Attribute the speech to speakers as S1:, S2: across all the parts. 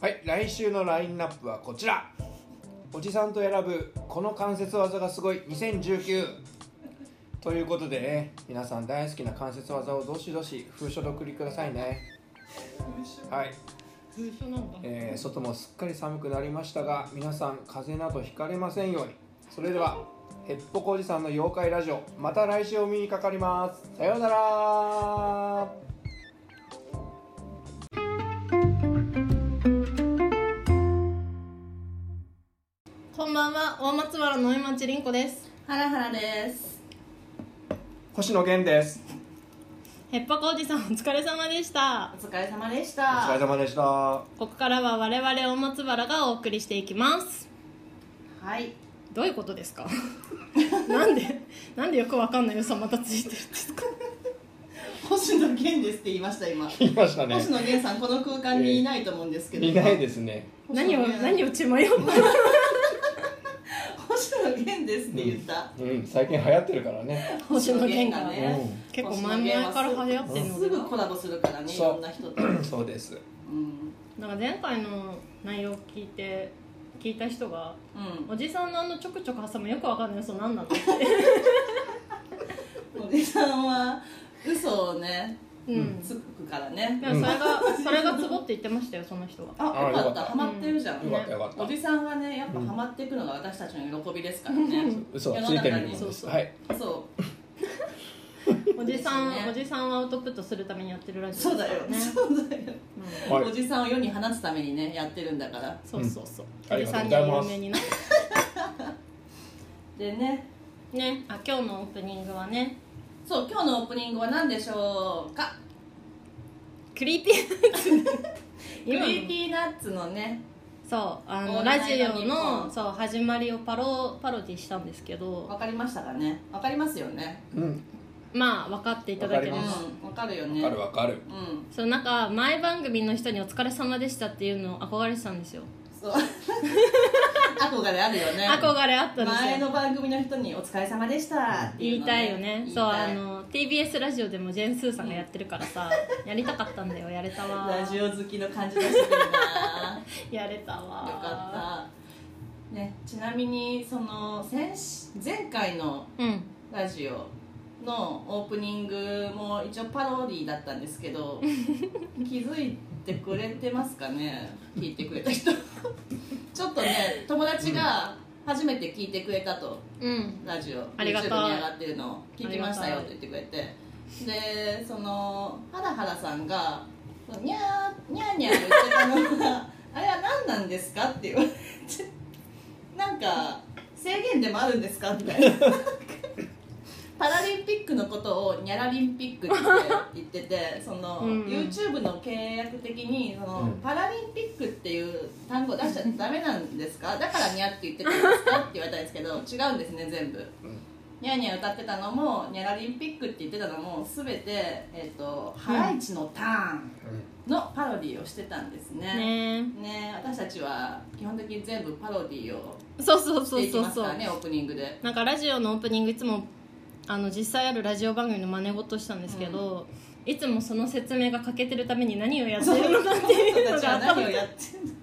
S1: はい来週のラインナップはこちらおじさんと選ぶこの関節技がすごい2019ということでね皆さん大好きな関節技をどしどし封書で送りくださいねはい、
S2: 封書なんだ
S1: えー外もすっかり寒くなりましたが皆さん風邪などひかれませんようにそれではへっぽこおじさんの妖怪ラジオまた来週お目にかかりますさようなら
S2: こんばんは大松原の井町凛子です
S3: ハラハラです。
S1: 星野源です
S2: へっぱこおじさんお疲れ様でした
S3: お疲れ様でし
S1: お
S3: た。
S1: 疲れ様でした
S2: ここからは我々大松原がお送りしていきます
S3: はい。
S2: どういうこと ですかなんでなんでよくわかんない嘘またついてるんですか
S3: 星野源ですって言いました今。
S1: 言いましたね
S3: 星野源さんこの空間にいないと思うんですけど。
S1: いないですね
S3: 星野
S2: 何を
S3: 源
S2: 何を血迷った
S3: 星野源ですって言った。
S1: うん、最近流行ってるからね。
S2: 星野源が
S3: ね
S1: うん
S2: 結構前々から流行ってるの
S3: す
S2: で
S3: ぐコラボするからね、い
S1: そう
S3: ろんな人と。
S1: そうです。
S3: うん。
S2: なんか前回の内容を聞いて聞いた人がおじさんのあのちょくちょく挟むよくわかんない嘘何なのって
S3: うん。おじさんは嘘をね、
S2: うん
S3: つくからね。
S2: でもそれが、それがツボって言ってましたよその人は
S3: あ、
S1: あ
S3: よか
S1: よか
S3: っ。
S1: ったた
S3: ハマってるじゃん。
S1: よかったよかった
S3: お。じさんがね、やっぱハマっていくのが私たちの喜びですからね。
S1: 嘘はついてる
S3: 世の中
S1: ん
S3: に
S1: で
S3: そう
S1: す。
S3: そう
S1: はい。
S3: そう
S2: おじさん、
S3: ですね
S2: おじさんをアウトプットするためにやってるラジオ
S3: そうだよ
S2: ね、
S3: そうだよ
S2: うん
S1: はい
S3: おじさんを世に放つためにねやってるんだから
S2: そうそうそう、
S1: うん
S2: おじさんには有名になる
S3: でね
S2: ねあ今日のオープニングはね
S3: そう今日のオープニングは何でしょうか
S2: クリーピー
S3: クリ
S2: 今の
S3: ーピーナッツのね
S2: そうあ
S3: オー
S2: の
S3: ルナ
S2: ラ
S3: イト
S2: ジオ
S3: ニッポ
S2: の
S3: ン
S2: そう始まりをパロパロディしたんですけど
S3: わかりましたかねわかりますよね
S1: うん。ま
S2: まあ分かっていただけ
S3: う
S2: ま
S1: わ
S2: す
S1: かりま
S3: んわかるよ
S1: わ
S3: ね
S1: かるわかる。
S3: うん
S2: そうなんか前番組の人に「お疲れ様でした」っていうのを憧れてたんですよ
S3: そう 憧れあるよね
S2: 憧れあったんですよ
S3: 前の番組の人に「お疲れ様でした」って
S2: 言
S3: う
S2: い
S3: の
S2: たいよねそうあ
S3: 言いたい
S2: の TBS ラジオでもジェーン・スーさんがやってるから さ、やりたかったんだよやれたわ
S3: ラジオ好きの感じ出してくるなよ
S2: やれたわ
S3: かったねちなみにその先し前回の
S2: ったうん
S3: ラジオのオープニングも一応パロディだったんです けど気づいてくれてますかね聞いてくれた人 ちょっとね友達が初めて聞いてくれたと
S2: うん
S3: ラジオ
S2: ありがたい
S3: YouTube に上がってるのを聞きましたよ
S2: あ
S3: っ
S2: り
S3: て
S2: が
S3: 言ってくれてでそのハラハラさんが「にゃーにゃーにゃー」言ってたのが「あれは何なんですか?」って言われてなんか制限でもあるんですかみたいな パラリンピックのことを「ニャラリンピック」って言っててその
S2: うんうん
S3: YouTube の契約的にその、
S1: うん
S3: パラリンピックっていう単語出しちゃダメなんですかだから「ニャ」って言ってたんですかって言われたんですけど違うんですね全部。ニャーニャー歌ってたのもニャラリンピックって言ってたのも全て、えっとハライチのターンのパロディをしてたんですね
S2: ね
S3: ね私たちは基本的に全部パロディを
S2: えそうそう
S3: し
S2: そ
S3: て
S2: う
S3: いき
S2: そう
S3: ます
S2: そ
S3: から
S2: う、
S3: ねオープニングで
S2: なんかラジオのオープニングいつもあの実際あるラジオ番組の真似事したんですけど、いつもその説明が欠けてるために何をやってるの かっていう
S3: 私
S2: の
S3: たちは
S2: が後
S3: 何を
S2: 々
S3: やってんの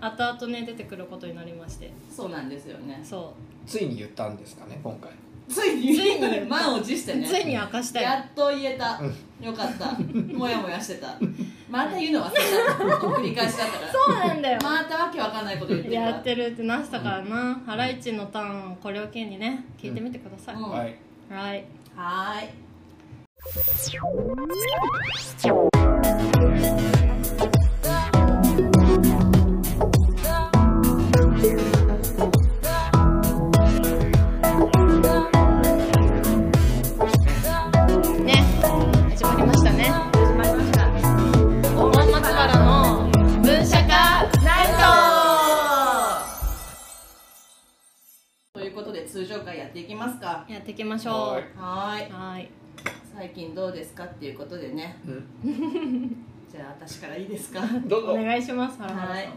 S2: 後々ね出てくることになりまして
S3: そうなんですよね
S2: そ
S1: ついに言ったんですかね、今回。
S3: ついに
S2: ついに
S3: 満を持して
S2: う、
S3: ね
S2: ついに明かした
S3: や
S2: よ
S3: っと言えたよかったもやもやしてたまた言うの忘れた繰り返しだったから
S2: そうなんだよ
S3: またわけわかんないこと言ってるか
S2: やっ
S3: ら
S2: てるってなしたからな、ハライチのターンをこれを機にね聞いてみてください、
S3: うん
S1: はい。
S2: はい
S3: はーい
S2: ね始まりましたね
S3: 始まりました
S2: 大松原の文社化
S3: ナイトということで通常会やっていきますか
S2: やっていきましょ
S3: はーいう
S2: はい
S3: 最近どうですかっていうことでね
S1: うん
S3: じゃあ私からいいですか
S1: どう
S2: お
S1: ぞ。
S2: 願いします原原さん
S3: はい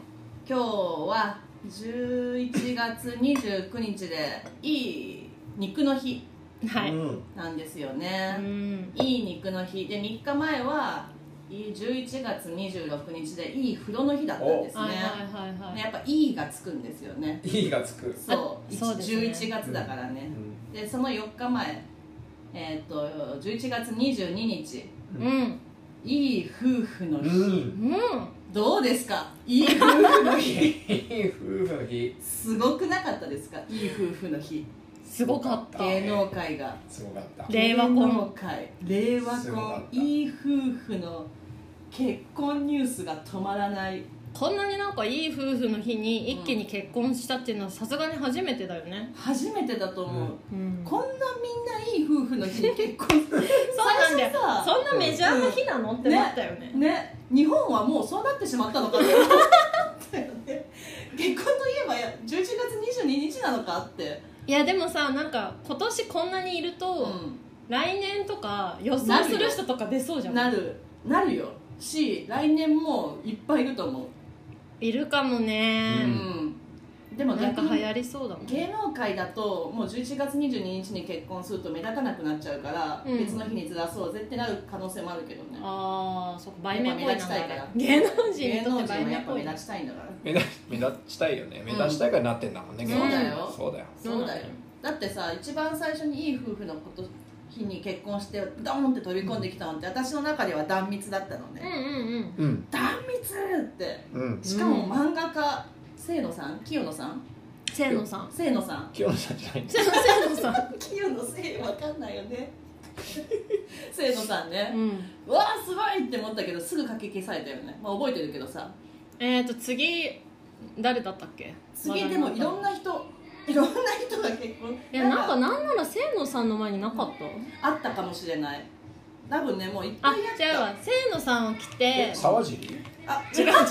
S3: 今日は11月29日でいい肉の日
S2: はい、
S1: う
S2: うん
S3: なんですよね、
S2: ん
S3: いい肉の日で3日前はいい11月26日でいい風呂の日だったんですね、
S2: はいはいはいはい
S3: やっぱ「いい」がつくんですよね
S1: いいがつく、
S3: そう
S2: そうですね
S3: 11月だからね、
S1: う
S3: でその4日前えーっと11月22日
S2: うん
S3: いい夫婦の日、
S1: ん、
S2: うん
S3: どうですかいい夫婦の日
S1: いい夫婦の日
S3: すごくなかったですかいい夫婦の日
S2: すごかった
S3: 芸能界が
S1: すごかった
S2: で令和婚
S3: 芸能界令和
S1: すごか
S3: 婚
S1: った
S3: いい夫婦の結婚ニュースが止まらない
S2: こんなになんかいい夫婦の日に一気に結婚したっていうのはさすがに初めてだよね
S3: 初めてだと思う、
S1: うん
S2: うん
S3: こんなみんないい夫婦の日に結婚
S2: そうなんだよ
S3: 最初さ
S2: そんなメジャーな日なのってなったよね
S3: ね日本はもうそうなってしまったの かって結婚といえば11月22日なのかって、
S2: いやでもさなんか今年こんなにいると、来年とか予想する人とか出そうじゃん
S3: なるなるよし来年もいっぱいいると思う、
S2: いるかも
S1: う
S2: ね、
S3: うんでも
S2: なん
S3: 逆
S2: か流
S3: に
S2: 行りそうだもん
S3: 芸能界だともう11月22日に結婚すると目立たなくなっちゃうから、
S2: うん
S3: 別の日にずらそうぜってなる可能性もあるけどね
S2: ああそこ売名行為なんだ
S3: やっぱ目立ちたいから
S2: あれ芸能人
S3: 芸
S2: にと
S3: 能
S2: って
S3: 人
S2: 売
S3: は
S2: 名
S3: やっぱ
S2: 行
S3: 目
S2: 為
S3: 立ちたいんだから
S1: 目立目立ちたいよね目立ちたいからなってんだもんね、
S3: うん
S1: 芸能人
S2: そうだ
S3: よ
S1: そうだよ
S3: そうだよ
S2: そう
S3: だってさ一番最初にいい夫婦のこと日に結婚してドーンって飛び込んできたのって私の中では断密だったの
S2: うん
S3: ね、
S2: うんう
S1: う
S2: ん
S1: ん
S3: 断密って
S1: うん
S3: しかも漫画家清野さん清野さん
S2: 清野さん
S3: 清野さん
S1: 清野さんじゃないんだ
S2: 清野さん
S3: 清野せいわかんないよね 清野さんね
S2: う、ん
S3: うわあすごいって思ったけどすぐ書き消されたよね、まあ、覚えてるけどさ
S2: えっ、ー、と次誰だったっけ
S3: 次でもいろん
S2: な
S3: な人いろんな人が結婚
S2: いやなんかなんなら清野さんの前になかった
S3: あったかもしれない多分ねもういっぱ
S2: あ
S3: いやった
S2: 違うわ清野さんを来て
S1: 沢尻
S3: あ
S2: 違う違う違う違う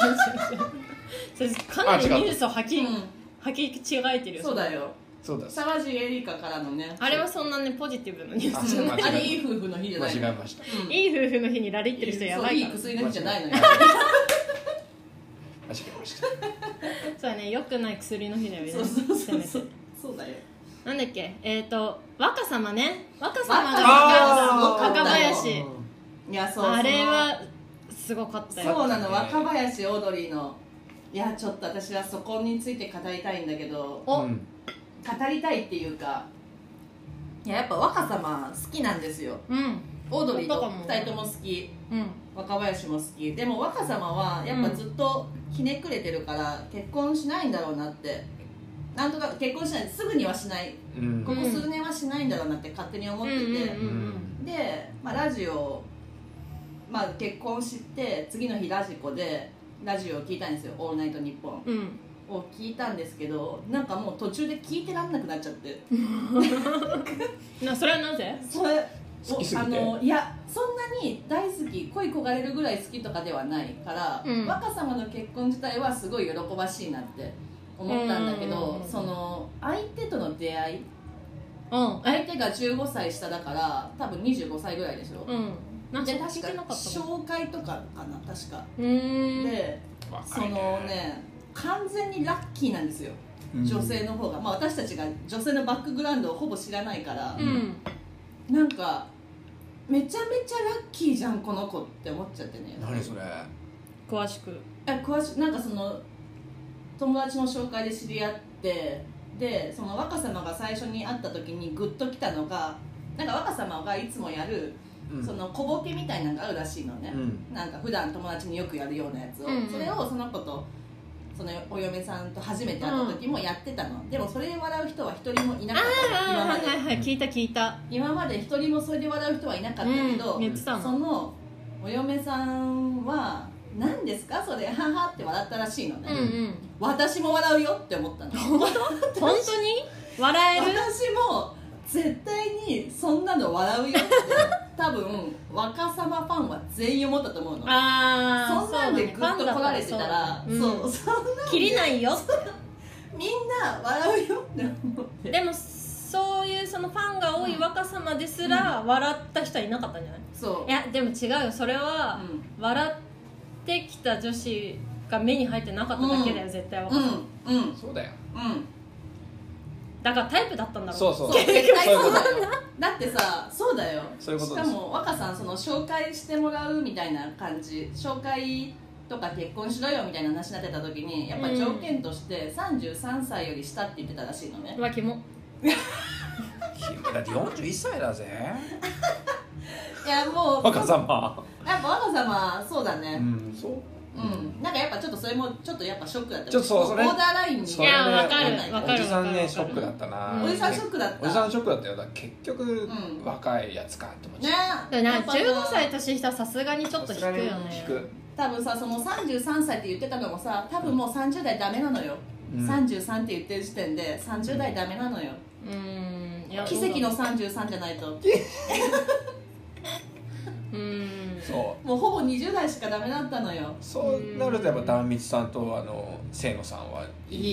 S2: それかなり
S1: あ違う
S2: ニュースをはき、
S3: うん
S2: はき違えてるよ
S3: そうだよ
S1: そうだ
S3: 沢尻エリカからのね
S2: あれはそんなねポジティブなニュー
S1: あ
S2: スじゃない
S1: 間違えた
S3: あれいい夫婦の日じゃ
S1: 間
S3: ない
S1: 違えました
S3: うん
S2: いい夫婦の日にラリってる人やばいから
S3: そう
S2: そ
S3: いい薬の日じゃないのよ
S1: 間違えました
S2: うだね良くない薬の日だよね
S3: そうそうそう
S2: せ
S3: そ
S2: め
S3: う
S2: て
S3: そうだよ
S2: なんだっけえっ、ー、と若様ね若様が
S1: あー
S2: 若林
S1: うん
S3: いやそうそう
S2: あれはすごかったよ
S3: そうなの若林オードリーのいやちょっと私はそこについて語りたいんだけど
S2: お、
S1: うん
S3: 語りたいっていうかいややっぱ若様好きなんですよ
S2: うん
S3: オードリー
S2: そうか
S3: と
S2: も
S3: 2人とも好き
S2: うん
S3: 若林も好きでも若様はやっぱずっとひねくれてるから結婚しないんだろうなってなんとか結婚しないすぐにはしない
S1: うん
S3: ここ数年はしないんだろうなって勝手に思ってて、
S2: うんうん
S1: うん
S3: で、まあ、ラジオ、まあ、結婚して次の日ラジコでラジオを聞いたんですよ「オールナイトニッポン
S2: うん」
S3: を聞いたんですけどなんかもう途中で聞いてらんなくなっちゃって
S2: なそれはなぜ
S3: それ
S1: 好きすぎて
S3: おあのいやそんなに大好き恋焦がれるぐらい好きとかではないから、
S2: うん
S3: 若様の結婚自体はすごい喜ばしいなって思ったんだけ
S2: う
S3: ど
S2: ん
S3: その相手との出会い
S2: うん
S3: 相手が15歳下だから多分25歳ぐらいでしょ、
S2: うんなんか
S3: で
S2: 聞
S3: 確
S2: いてなか
S3: か
S2: ったもん
S3: 紹介とかかな確か、
S2: うーん
S3: でそ
S1: 若い
S3: のね完全にラッキーなんですよ女性の方が、まあ、私たちが女性のバックグラウンドをほぼ知らないから
S2: う、ん
S3: なんかめちゃめちゃラッキーじゃんこの子って思っちゃってね
S1: 何それ
S2: 詳しく
S3: え詳しなんかその友達の紹介で知り合ってでその若様が最初に会った時にグッときたのがなんか若様がいつもやる、
S1: うん
S3: その小ボケみたいなのがあるらしいのね、
S1: うん
S3: なんか普段友達によくやるようなやつを、
S2: うんうん
S3: それをその子とそのお嫁さんと初めて会った時もやってたの、でもそれで笑う人は一人もいなかった今
S2: ああ
S3: ま
S2: はい
S3: で
S2: はいはい聞いた聞いた
S3: 今まで一人もそれで笑う人はいなかったけど、
S2: うん言ってたの
S3: そのお嫁さんは「何ですかそれはは」って笑ったらしいのね、
S2: うんうん
S3: 私も笑うよって思ったの
S2: 本当に笑える
S3: 私も絶対にそんなの笑うよって 多分若様ファンは全員思ったと思うの
S2: ああ
S3: そんなんでグッと来られてたらそう,、そんな
S2: 切りないよ
S3: みんな笑うよって思って
S2: でもそういうそのファンが多い若さまですら笑った人はいなかったんじゃない
S3: そう
S2: いやでも違うよそれは
S3: うん
S2: 笑ってきた女子が目に入ってなかっただけだよ絶対若
S3: う
S2: さ
S3: ん
S2: ま
S3: うん
S1: そうだよ
S3: うん
S2: だからタイプだったんだろ
S1: そうそう
S3: そ
S1: そ
S3: う
S1: う
S3: 絶対
S1: いう
S3: そ
S1: こ
S3: う
S1: と
S3: だよだってさそうだよ
S1: そういうこと
S3: し
S1: で
S3: か
S1: す
S3: も若さんその紹介してもらうみたいな感じ紹介とか結婚しろよみたいな話になってた時にやっぱ条件として33歳より下って言ってたらしいのね
S2: うわキモ
S1: だって41歳だぜ
S3: いやもう
S1: 若様
S3: やっぱ若様そうだ
S1: う
S3: ね
S1: んそう
S3: うん、なんかやっぱちょっとそれもちょっとやっぱショックだった
S1: ちょっとそうそれ
S3: ボーダーラインに
S1: そ
S2: い
S1: れね
S2: やわかるわか
S1: お
S2: る
S1: じさん
S2: わか
S1: ね
S2: る
S1: ショックだったな
S2: うん
S3: おじさんショックだった
S1: おじさんショックだったよだから結局
S3: ん
S1: 若いやつかって思っ
S3: ね
S1: ちゃ
S2: でもな
S3: やっぱさ
S2: 15歳年下はさすがにちょっと引くよね
S1: う引く
S3: 多分さその33歳って言ってたのもさ多分もう30代ダメなのよ、
S1: うん
S3: 33って言ってる時点で30代ダメなのよ、
S2: うーんいや
S3: 奇跡の33じゃないと
S2: うーん
S1: そう
S3: もうほぼ20代しかダメだったのよ
S1: そうなるとやっぱ壇蜜さんとあの清野さんはいい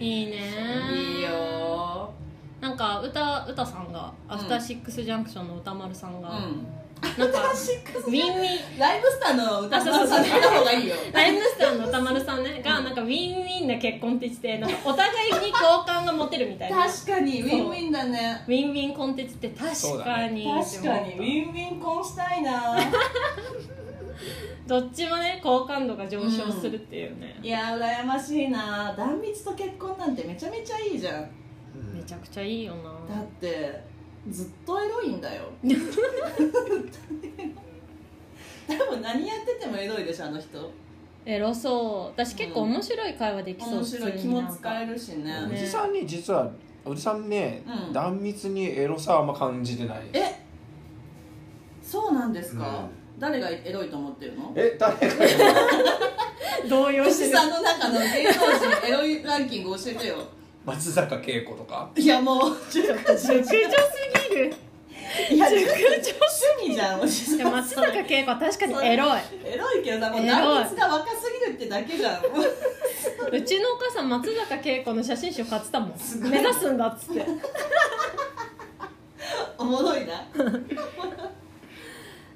S2: いいね
S3: いいよ
S2: なんか歌歌さんが「
S3: うん
S2: アフターシックスジャンクション」の歌丸さん
S3: う
S2: が、
S3: ん
S2: なんか
S3: シックス
S2: ウィンウィン
S3: ライブスターの歌
S2: あそうそうそう
S3: さん見た方がいい よ
S2: ライムスターの歌丸さんねがなんかウィンウィンな結婚って言っててなんかお互いに好感が持てるみたいなウ
S3: 確かにウィンウィンだね
S2: ィンウィン婚って言って確かに、
S3: 確かにウィンウィン婚したいな
S2: どっちもね好感度が上昇するっていうね、
S3: いや羨ましいな壇蜜と結婚なんてめちゃめちゃいいじゃん
S2: めちゃくちゃいいよな
S3: だってずっとエロいん だよ多分何やっててもエロいでしょあの人
S2: エロそう私結構面白い会話できそう、
S3: 面白い気も使え
S2: る
S3: るし
S1: うんお
S3: ね
S1: じさんに実はおじさんね
S3: うん
S1: 壇蜜にエロさはあんま感じてない
S3: えそうなんですか、誰がエロいと思ってるの
S1: え誰かよ
S2: 動揺
S3: お
S2: して
S3: じ
S2: る
S3: さんの中の芸能人エロいランキング教えてよ
S1: 松坂慶子とか
S3: いやもう熟女
S2: 熟女すぎる
S3: いや熟女主義じゃんおじ
S2: い
S3: さ
S2: や
S3: ん
S2: 松坂慶子は確かにエロい
S3: エロいけどさもう
S2: エロい
S3: 断蜜が若すぎるってだけじゃん
S2: うちのお母さん松坂慶子の写真集買ってたもん目指すんだっつ って
S3: おもろいな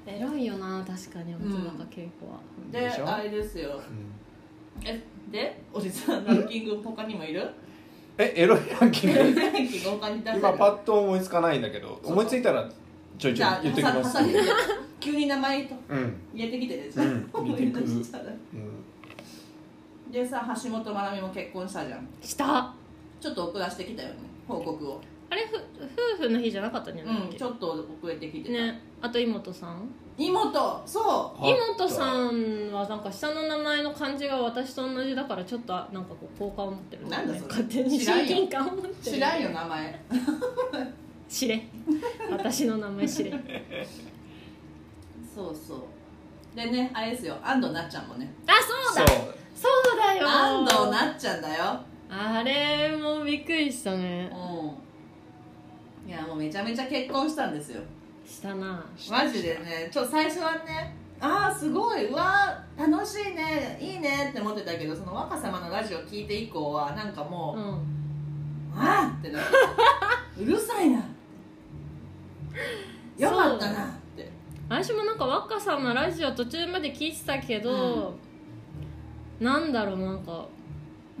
S2: エロいよな確かに
S3: ん
S2: 松坂慶子は、
S3: で
S1: でしょ
S3: あれですよ
S1: うん
S3: えでおじさんランキング他にもいる
S1: えエロいランキン
S3: ラ
S1: グ
S3: ンキング他に出せる
S1: 今パッと思いつかないんだけど思いついたらちょいち
S3: じ
S1: ょい
S3: ゃあ
S1: 言ってきま
S3: は
S1: す
S3: さ挟んで急に名前と
S1: うん
S3: 入れてきてね
S1: うん入れてくる
S3: 思い出したら
S1: うん
S3: でさ橋本まなみも結婚したじゃん
S2: した
S3: ちょっと遅らせてきたよね報告を
S2: あれふ夫婦の日じゃなかったんじゃないっ
S3: うん
S2: け
S3: ちょっと遅れてきてた、
S2: ねあと妹さん
S3: 妹そ
S2: 妹さんはなんか下の名前の漢字が私と同じだからちょっとなんかこう好感を持ってるんだよね
S3: なんだそれ
S2: 勝手に
S3: 知らんよ
S2: 親近感を持っ
S3: う
S2: てる
S3: 知らんよ名前
S2: 知れ私の名前 知れ
S3: そうそうでねあれですよ安藤なっちゃんもね
S2: あそうだ
S1: そう
S2: そうだよ
S3: 安藤なっちゃんだよ
S2: あれもびっくりしたね
S3: うんいやもうめちゃめちゃ結婚したんですよ
S2: したな
S3: マジでねちょ最初はねああすごいうわー楽しいねいいねって思ってたけどその若様のラジオ聞いて以降はなんかも
S2: う
S3: う、
S2: ん
S3: ああってなってうるさいなよかったなって
S2: 私もなんか若さんのラジオ途中まで聞いてたけど、なんだろうなんか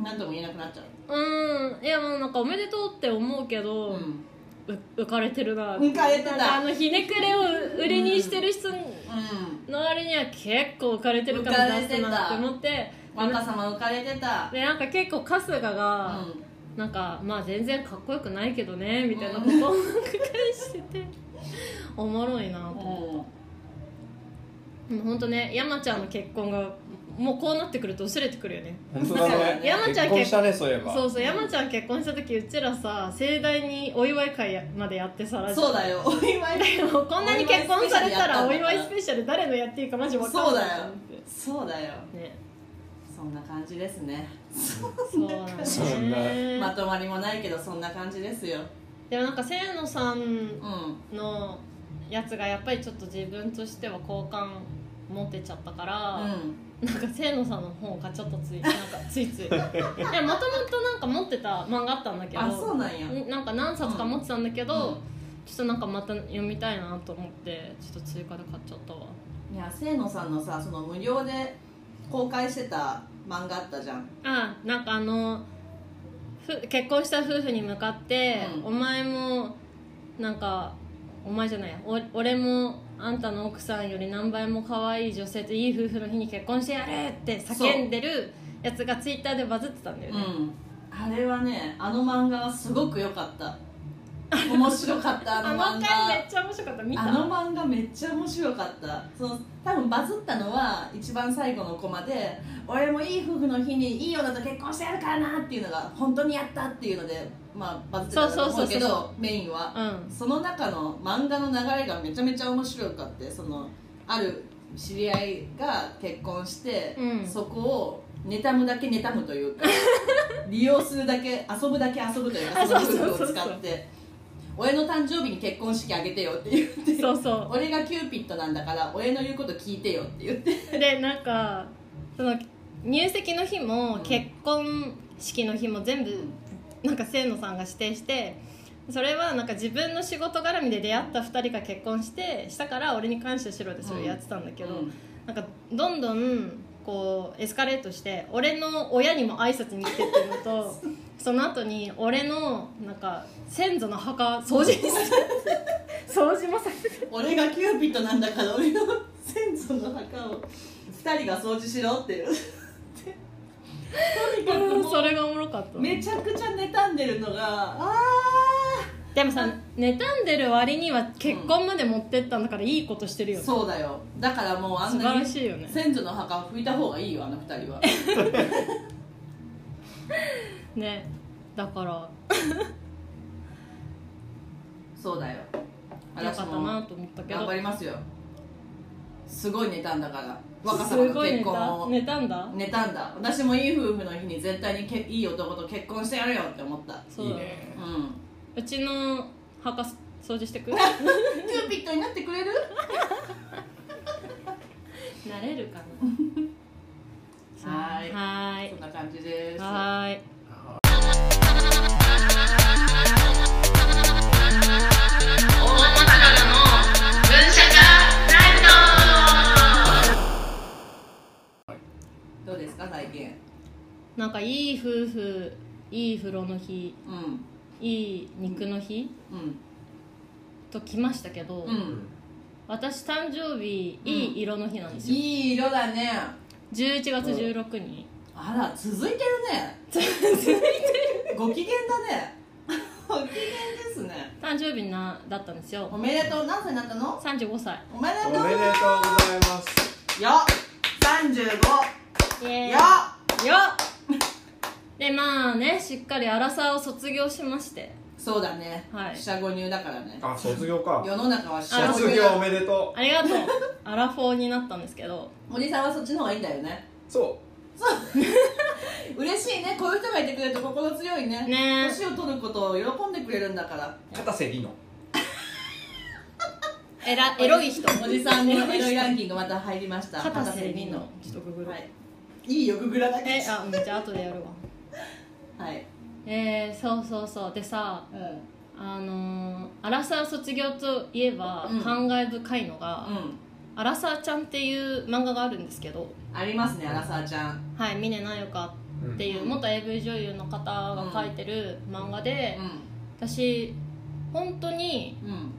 S3: 何とも言えなくなっちゃう
S2: うんいやもうなんかおめでとうって思うけど、
S3: うん
S2: う浮かれてるな
S3: 浮かれて
S2: なんかあ
S3: た
S2: のひねくれを売りにしてる人
S3: うん
S2: の割には結構浮かれてるから出すなって思って
S3: 若様浮かれてた
S2: でなんか結構春日
S3: う
S2: が、
S3: ん
S2: なんかまあ全然かっこよくないけどねみたいなことを返してておもろいなと思って
S3: も
S2: もうほんとね山ちゃんの結婚がもうこうなってくると薄れてくるよね
S1: 本当だね
S2: 山ちゃん
S1: 結婚したねそういえば
S2: そうそう山ちゃん結婚した時うちらさ盛大にお祝い会やまでやってさ
S3: う
S2: ラジオ
S3: そうだよお祝い
S2: でもこんなに結婚されたら
S3: お
S2: お
S3: 祝
S2: 祝
S3: い
S2: い
S3: ス
S2: スペシャル誰のやっていいかマジ分か
S3: そ
S2: ん
S3: う
S2: ない
S3: だよそうだよ
S2: ね
S3: そんな感じですね
S2: そうなんだ
S1: そんな
S2: ね
S3: まとまりもないけどそんな感じですよ
S2: でもなんか清野さん
S3: うん
S2: のやつがやっぱりちょっと自分としては好感持てちゃったから、
S3: う
S2: なんか清野さんの本がちょっとついなんかついつ いいやもともとなんか持ってた漫画あったんだけ
S3: ん
S2: ど
S3: あそうなんや
S2: んなんか何冊か持ってたんだけど、
S3: うん
S2: ちょっとなんかまた読みたいなと思ってちょっと追加で買っちゃったわ
S3: いや清野さんのさその無料で公開してた漫画あったじゃん
S2: あなんかあのふ結婚した夫婦に向かって、
S3: うん
S2: お前もなんかお前じゃないやお俺もあんたの奥さんより何倍も可愛い女性といい夫婦の日に結婚してやるって叫んでるやつがツイッターでバズってたんだよね、
S3: うん、あれはねあの漫画はすごく良かった面白か ったあの
S2: あ
S3: 漫
S2: の
S3: 画
S2: 回めっちゃ面白かった見た
S3: あの漫画めっちゃ面白かったその多分バズったのは一番最後のコマで「俺もいい夫婦の日にいい女と結婚してやるからな」っていうのが「本当にやった」っていうので、まあ、バズってたと思
S2: そうそう
S3: うけ
S2: そう
S3: どメインは、
S2: うん
S3: その中の漫画の流れがめちゃめちゃ面白かってそのある知り合いが結婚して、
S2: うん
S3: そこを妬むだけ妬むという か利用するだけ遊ぶだけ遊ぶというか
S2: あ
S3: その
S2: そうそうそう
S3: 夫婦を使って俺の誕生日に結婚式あげてよって言って
S2: そうそ
S3: 俺がキューピッドなんだから俺の言うこと聞いてよって言って
S2: う でなんかその入籍の日も結婚式の日も全部なんか清野さんが指定してそれはなんか自分の仕事絡みで出会った2人が結婚してしたから俺に感謝しろってそれやってたんだけど、
S3: うん
S2: なんかどんどんこうエスカレートして俺の親にも挨拶に来てっていうの とその後に俺のなんか先祖の墓掃除にして 掃除もさせて
S3: 俺がキューピッドなんだから俺の先祖の墓を2人が掃除しろっ ていうとにかくも
S2: それがおもろかった
S3: うめちゃくちゃ妬んでるのがあ
S2: でもさ妬んでる割には結婚まで持ってったんだからいいことしてるよ
S3: ー
S2: ね
S3: そうだよだからもうあん
S2: 素
S3: な
S2: 晴ら
S3: に
S2: しいよね
S3: 先祖の墓を拭いた方がいいよあの2人は
S2: ねだから
S3: そうだよ
S2: よか
S3: 私
S2: った
S3: も
S2: なと思ったけ
S3: 頑
S2: ど
S3: 張りますよすごい妬んだから若さ
S2: す
S3: の
S2: ごい
S3: 結
S2: 妬
S3: 婚を
S2: 妬んだ
S3: 寝たんだ私もいい夫婦の日に絶対にけいい男と結婚してやるよって思った
S2: そう
S1: い
S2: だね
S1: ね
S3: うん
S2: うちの墓掃除して く
S3: キューピッドになってくれる
S2: なれるかな
S3: はーい
S2: はーい
S3: そんな感じです
S2: はーい
S3: どうですか最近
S2: なんかいい夫婦いい風呂の日
S3: うん
S2: いい肉の日、
S3: うん
S2: と来ましたけど、
S3: うん
S2: 私誕生日いい色の日なんですよ、
S3: いい色だね
S2: 11月16日、
S3: あら続いてるね続いてるご機嫌だねご機嫌ですね
S2: 誕生日なだったんですよ
S3: おめでとう何歳になったの
S2: 35歳
S3: おめでと
S1: おめでとう
S3: う
S1: ございます
S3: よ三十五
S2: イエーイ
S3: よ
S2: よでまあねしっかりアラサーを卒業しまして
S3: そうだね
S2: はい
S3: 四捨五入だからね
S1: あ卒業か
S3: 世の中は四捨五
S1: 卒
S3: 入
S1: 業お
S3: だ
S1: めでと
S2: あり がとうアラフォーになったんですけど
S3: 森さんはそっちの方がいいんだよね
S1: うそ
S3: 嬉しいねこういう人がいてくれると心強いね
S2: ね
S3: 年を取ることを喜んでくれるんだから
S1: う片瀬里乃
S2: えらエロい人
S3: おじ さんのエロいラン
S2: 人
S3: キングまた入りました
S2: 片瀬
S3: り
S2: 里のちょっとググる、
S3: はいいいよググらだけ
S2: えあうんじゃあ後でやるわ
S3: はい、
S2: えー、そうそうそうでさ
S3: うん、
S2: あのー、アラサー卒業といえば
S3: うん
S2: 感慨深いのが「
S3: うん
S2: アラサーちゃん」っていう漫画があるんですけど
S3: ありますねアラサーちゃん
S2: はい峰那由香っていう
S3: うん
S2: 元 AV 女優の方が書いてる漫画で、
S3: う
S2: 私本当に
S3: んうん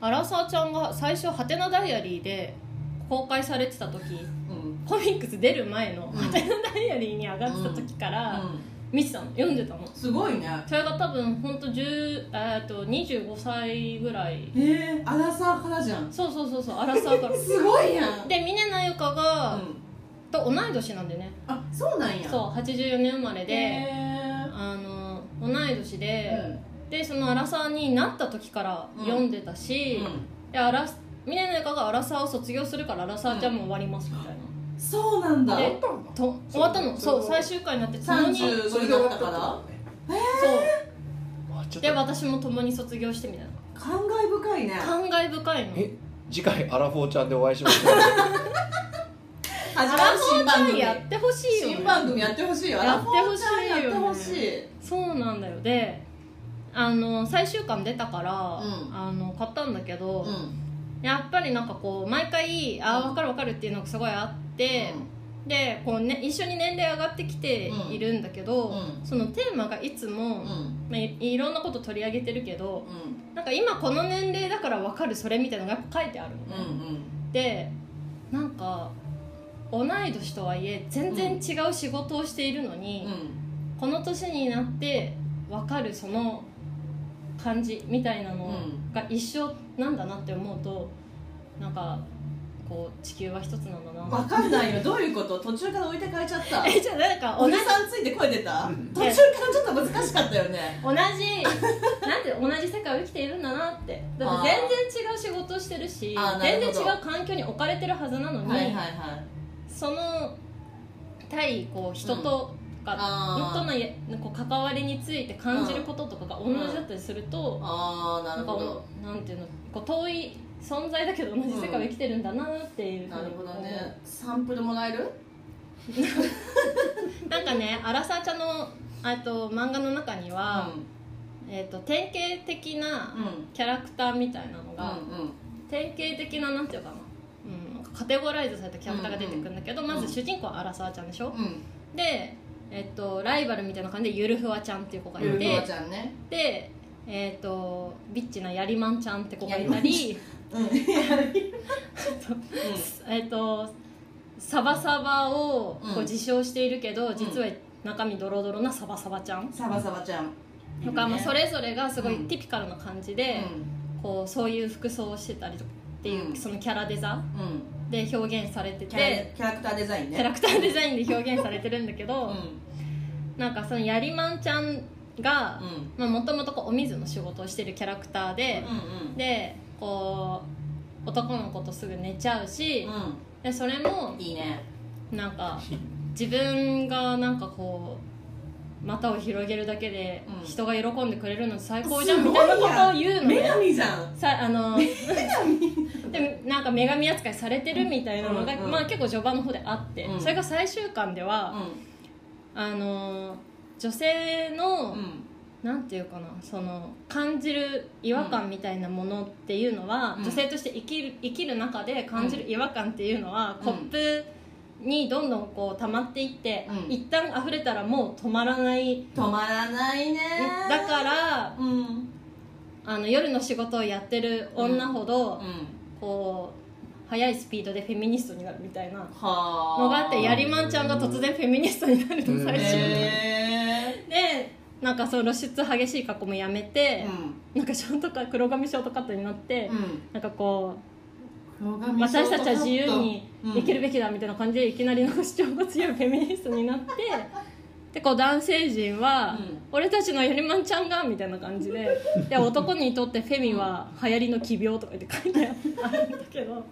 S2: アラサーちゃんが最初「ハテナダイアリー」で公開されてた時
S3: うん
S2: コミックス出る前の「
S3: ん
S2: ハテナダイアリー」に上がってた時から
S3: うん
S2: 見てたの読んでたの
S3: すごいね
S2: それが多分本当10えーっと25歳ぐらい
S3: へえアラサーからじゃん
S2: そうそうそうそうアラサー から
S3: すごいやん
S2: で峰那由香が、
S3: うん
S2: と同い年なんでね
S3: あそうなんや
S2: そう84年生まれ
S3: へ
S2: で
S3: え
S2: あの同い年で、でそのアラサーになった時から
S3: うん
S2: 読んでたし、
S3: う
S2: でアラス峰那由香がアラサーを卒業するからアラサーちゃんも終わりますみたいな、
S3: んそうなんだ
S2: で
S1: 終わったんだ
S2: と終わったの
S1: そ
S2: そうう最終回になってそのにそう
S3: 30
S1: それで終わったってことね
S2: そうで私も共に卒業してみたいな
S3: 感慨深いね
S2: 感慨深いの
S1: え次回アラフォーちゃんでお会いしましょう
S2: ア
S3: 始
S2: ラ
S3: まる
S2: フォ
S3: 新
S2: ー
S3: 番
S2: ちゃん
S3: 組
S2: やってほしいよ、ね、
S3: 新番組やってほしいよ
S2: やってほしいよね
S3: やってほしい
S2: そうなんだよであの最終巻出たから、
S3: うん
S2: あの買ったんだけど、
S3: うん
S2: やっぱりなんかこう毎回ああ分かる分かるっていうのがすごいあって、でこう、ね、一緒に年齢上がってきているんだけど、
S3: うん
S2: そのテーマがいつも、
S3: うん
S2: まあ、いいろんなこと取り上げてるけど
S3: うん
S2: なんか今この年齢だから分かるそれみたいなのがやっぱ書いてあるのね、
S3: うん
S2: でなんか同い年とはいえ全然違う仕事をしているのに、
S3: うん
S2: この年になって分かるその感じみたいなの
S3: うん
S2: が一緒なんだなって思うとなんかこう地球は一つなんだな
S3: わかんないよどういうこと途中から置いてかれちゃっ た
S2: えじゃあなんか
S3: お
S2: 同
S3: じ
S2: じ
S3: さんついて声出た
S1: うん
S3: 途中からちょっと難しかったよね
S2: 同じなんて同じ世界を生きているんだなってだって全然違う仕事をしてるし
S3: あーなる
S2: 全
S3: ほ
S2: 然違
S3: ど
S2: う環境に置かれてるはずなのに、
S3: はいはいはい
S2: その対こう人とか、と
S3: あ
S2: の
S3: ー
S2: やこう関わりについて感じることとかが同じだったりすると、
S3: あーな
S2: な
S3: る
S2: んか
S3: ほ
S2: お
S3: ど
S2: なんていうのこう遠い存在だけど同じ世界を生きてるんだなっていうふうに
S3: なるほど
S2: 思
S3: ねサンプルもらえる
S2: うなんかねアラサーちゃんのあと漫画の中には、えー、と典型的な
S3: うんうん
S2: キャラクターみたいなのが、
S3: うん
S2: 典型的ななんていうかな、うん、なんかカテゴライズされたキャラクターが出てくるんだけど、
S3: ん
S2: まず主人公はアラサーちゃんでしょ、
S3: うん
S2: で、えっとライバルみたいな感じでゆるふわちゃんっていう子がい
S3: ゆ
S2: て
S3: るふわちゃんね
S2: で、えっとビッチなやりまんちゃんって子がいたり
S3: うん
S2: えっとサバサバをこう
S3: う
S2: ん自称しているけど、実は中身ドロドロなサバサバちゃん
S3: サバサバちゃん
S2: とか、まあ、そ
S3: れ
S2: れぞれがすごい
S3: うん
S2: ティピカルな感じで、こうそういう服装をしてたりとかっていう、
S3: うん
S2: そのキャラデザ
S3: うんうん
S2: で表現されて
S3: キャラ
S2: て
S3: キャラクターデザイン
S2: キ
S3: ね
S2: ャラクターデザインで表現されてるんだけ
S3: う
S2: ど、
S3: ん
S2: なんかそのやりまんちゃんが
S3: うん
S2: もともとお水の仕事をしてるキャラクターで、
S3: う
S2: でこう男の子とすぐ寝ちゃうし、
S3: んうん
S2: でそれも
S3: うんいいね
S2: なんか自分がなんかこう股を広げるだけで
S3: うん
S2: 人が喜んでくれるの最高じゃん
S3: すご
S2: み
S3: いや
S2: たい
S3: ん
S2: なことを言うの
S3: 女
S2: ね
S3: 神じゃん
S2: さあのでなんか女神扱いされてるみたいなのが、
S3: うんうん
S2: まあ、結構序盤の方であって、
S3: うん
S2: それが最終巻では、
S3: う
S2: あの女性の、
S3: んうん
S2: なんていうかなその感じる違和感みたいなものっていうのは、
S3: うん
S2: 女性として生きる生きる中で感じる違和感っていうのは、
S3: うん
S2: コップにどんどんこう溜まっていって、
S3: うん
S2: 一旦溢れたらもう止まらない、
S3: 止まらないね
S2: だから
S3: うん
S2: あの夜の仕事をやってる女ほど、
S3: うん
S2: こう速いスピードでフェミニストになるみたいな
S3: はあ
S2: のがあってやりまんちゃんが突然フェミニストになるの最初、
S3: へ
S2: でなんかその露出激しい格好もやめて
S3: え、うん
S2: なんかショートカ黒髪ショートカットになって、
S3: うん
S2: なんかこ
S3: 黒
S2: う
S3: 髪ショ
S2: 私
S3: ートカット
S2: たちは自由に生きるべきだみたいな感じでいきなりの主張が強いフェミニストにな ってでこう男性陣は、
S3: うん
S2: 俺たちのやりまんちゃんがみたいな感じ でで男にとってフェミは流行りの奇病とか言って書いてあるんだけ ど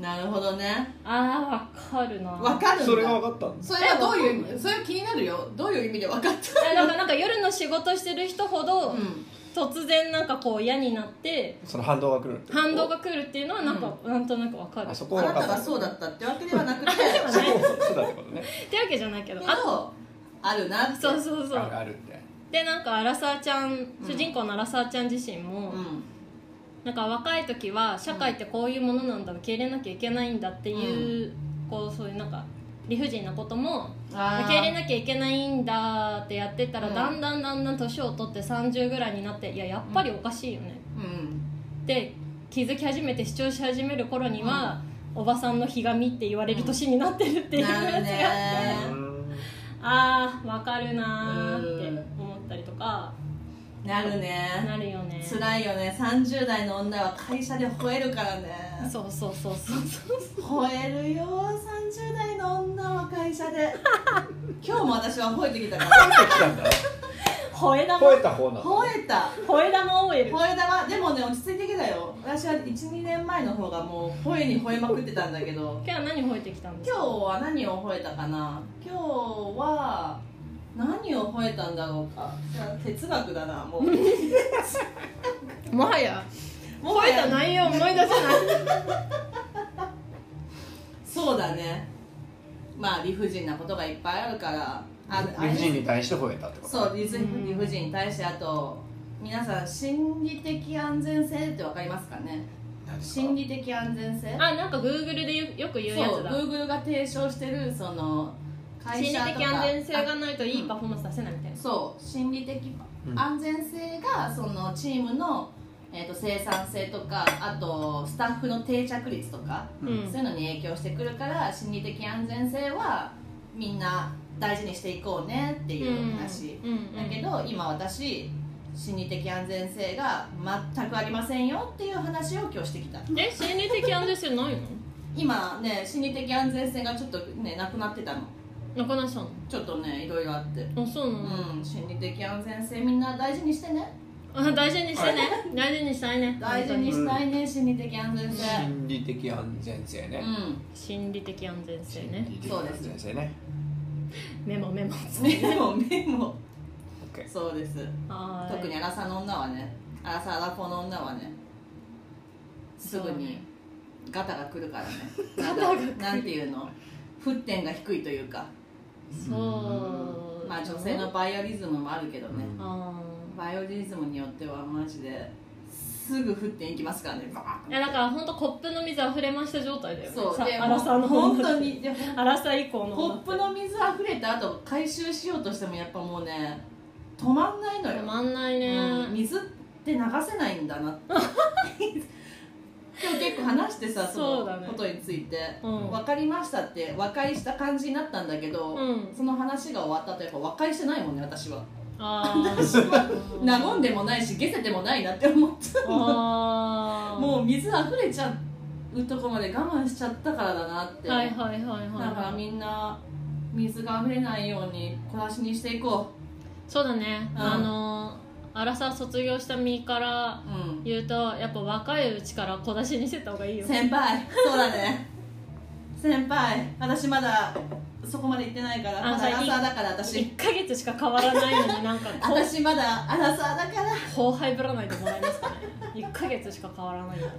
S3: なるほどね
S2: あーわかるな
S3: わかるん だ
S1: それが分かったんです
S3: それはどういう意味それは気になるよどういう意味で分かっ
S2: あ なんかなんか夜の仕事してる人ほ
S3: た
S2: ど、
S3: うん
S2: 突然なんかこう嫌になって
S1: その反動が来るって
S2: 反動が来るっていうのはなんか、なんとなくわかる
S1: あそ
S2: っ
S1: こ
S3: あ
S1: は分か
S3: なた
S1: っ
S3: が
S1: た
S3: そうだったってわけではなくて
S1: そこはそうだってことね
S2: てわけじゃないけど
S3: け
S2: あ
S3: どあるなって
S2: そうそうそう
S1: あるあるみたいな
S2: でなんかアラサーちゃん主人公のアラサーちゃん自身も、
S3: うん
S2: なんか若い時は社会ってこういうものなんだ受け入れなきゃいけないんだっていう、こうそういうなんか理不尽なことも受け入れ
S3: い
S2: なきゃいけないんだってやってたら、
S3: うん
S2: だんだんだんだん年を取って30ぐらいになっていややっぱりおかしいよね
S3: うん
S2: って気づき始めて主張し始める頃には、おばさんのひがみって言われる年になってるっていうやつがあ
S3: な
S2: って、
S3: るね
S2: あーわかるなーって思ったりとか
S3: なるね
S2: なるよね
S3: 辛いよね30代の女は会社で吠えるからね
S2: そうそうそうそうそう
S3: 吠えるよ30代の女は会 社で今日も私は吠えてきたか
S1: なんで来たんだ
S2: 吠え玉
S1: 吠えた方な
S3: ら
S1: の
S3: 吠えた
S2: 吠え玉 OL
S3: 吠え玉でもね落ち着いてきたよ私は12年前の方がもう吠えに吠えまくってたんだけど
S2: 今日は何吠えてきたんです
S3: 今
S2: か
S3: 日は何を吠えたかな今日は何を吠えたんだろうかいや哲学だなも う
S2: もはや
S3: もは
S2: 吠え
S3: や
S2: た内容思い出せない
S3: そうだねまあ理不尽なことがいっぱいあるからああれ
S1: 理人に対して吠えたってこと
S3: そう理不
S2: うん
S3: 理不尽に対してあと皆さん心理的安全性ってわかりますかね
S1: な何ですか
S3: 心理的安全性
S2: あなんかグーグルでよよく言うや
S3: そう
S2: つだ
S3: Google が提唱してるその会
S2: 心
S3: 社とか
S2: 理的安全性が
S3: あ
S2: ないといいパフォーマンス出せないみたいな、
S3: そう心理的
S1: うん
S3: 安全性がそのチームの、えー、と生産性とかあとスタッフの定着率とか、
S1: うん
S2: うん
S3: そういうのに影響してくるから心理的安全性はみんな大事にしていこうねっていう話、
S2: うんうん
S3: だけど今私心理的安全性が全くありませんよっていう話を今日してきた
S2: え心理的安全性ないの
S3: 今ね心理的安全性がちょっとねなくなってたの
S2: なくなっちゃう
S3: ちょっとねいろいろあって
S2: のあそうなの、
S3: うん心理的安全性みんな大事にしてね
S2: あ大事にしてね大事にしたいね
S3: 大事にしたいね心理的安全性
S1: 心理的安全性
S3: う
S1: ね、
S3: ん
S2: 心理的安全性
S1: 心
S2: ね
S1: 理的安全性ね
S2: メモメモ
S3: メモメモ
S1: OK
S3: そうです
S2: はーい
S3: 特にアラサーの女はねアラサーアラフォーの女はねすぐにガタが来るからね ガタがなんていうの沸点が低いというか
S2: そう
S3: まあ女性のバイオリズムもあるけどね、
S1: うん
S2: あ
S3: バイオリズムによってはマジですぐ降っていきますからねバー
S2: ー
S3: ン
S2: いやだから本当コップの水溢れました状態だよね
S3: そう
S2: さ
S3: で
S2: アラサーの方
S3: 本 当にでも
S2: アラサー以降の
S3: コ
S2: 方
S3: ップの水あふれた後回収しようとしてもやっぱもうね止まんないのよ
S2: 止まんないね、
S3: うん水って流せないんだなって でも結構話してさそ
S2: そうだ
S3: の
S2: ね
S3: ことについて、
S2: うん
S3: 分かりましたって和解した感じになったんだけど、
S2: うん
S3: その話が終わったとやっぱ和解してないもんね私は
S2: あ
S3: 私は
S2: ー
S3: 和んでもないし下世でもないなって思っちゃう
S2: あー
S3: もう水あふれちゃうとこまで我慢しちゃったからだなって、
S2: はいはいはいはい
S3: だからみんな水があふれないように小出しにしていこ
S2: そうだね、
S3: うん
S2: あのアラサー卒業した身から
S3: う、うん、
S2: 言うとやっぱ若いうちから小出しにしてた方がいいよ
S3: 先輩そうだね先輩私まだそこまで行ってないから
S2: あ
S3: まだアラ
S2: 最近
S3: サーだから私
S2: 1ヶ月しか変わらないのになんかこう
S3: 私まだアラサーだから
S2: 後輩ぶらないでもらえますかね1ヶ月しか変わらないんでは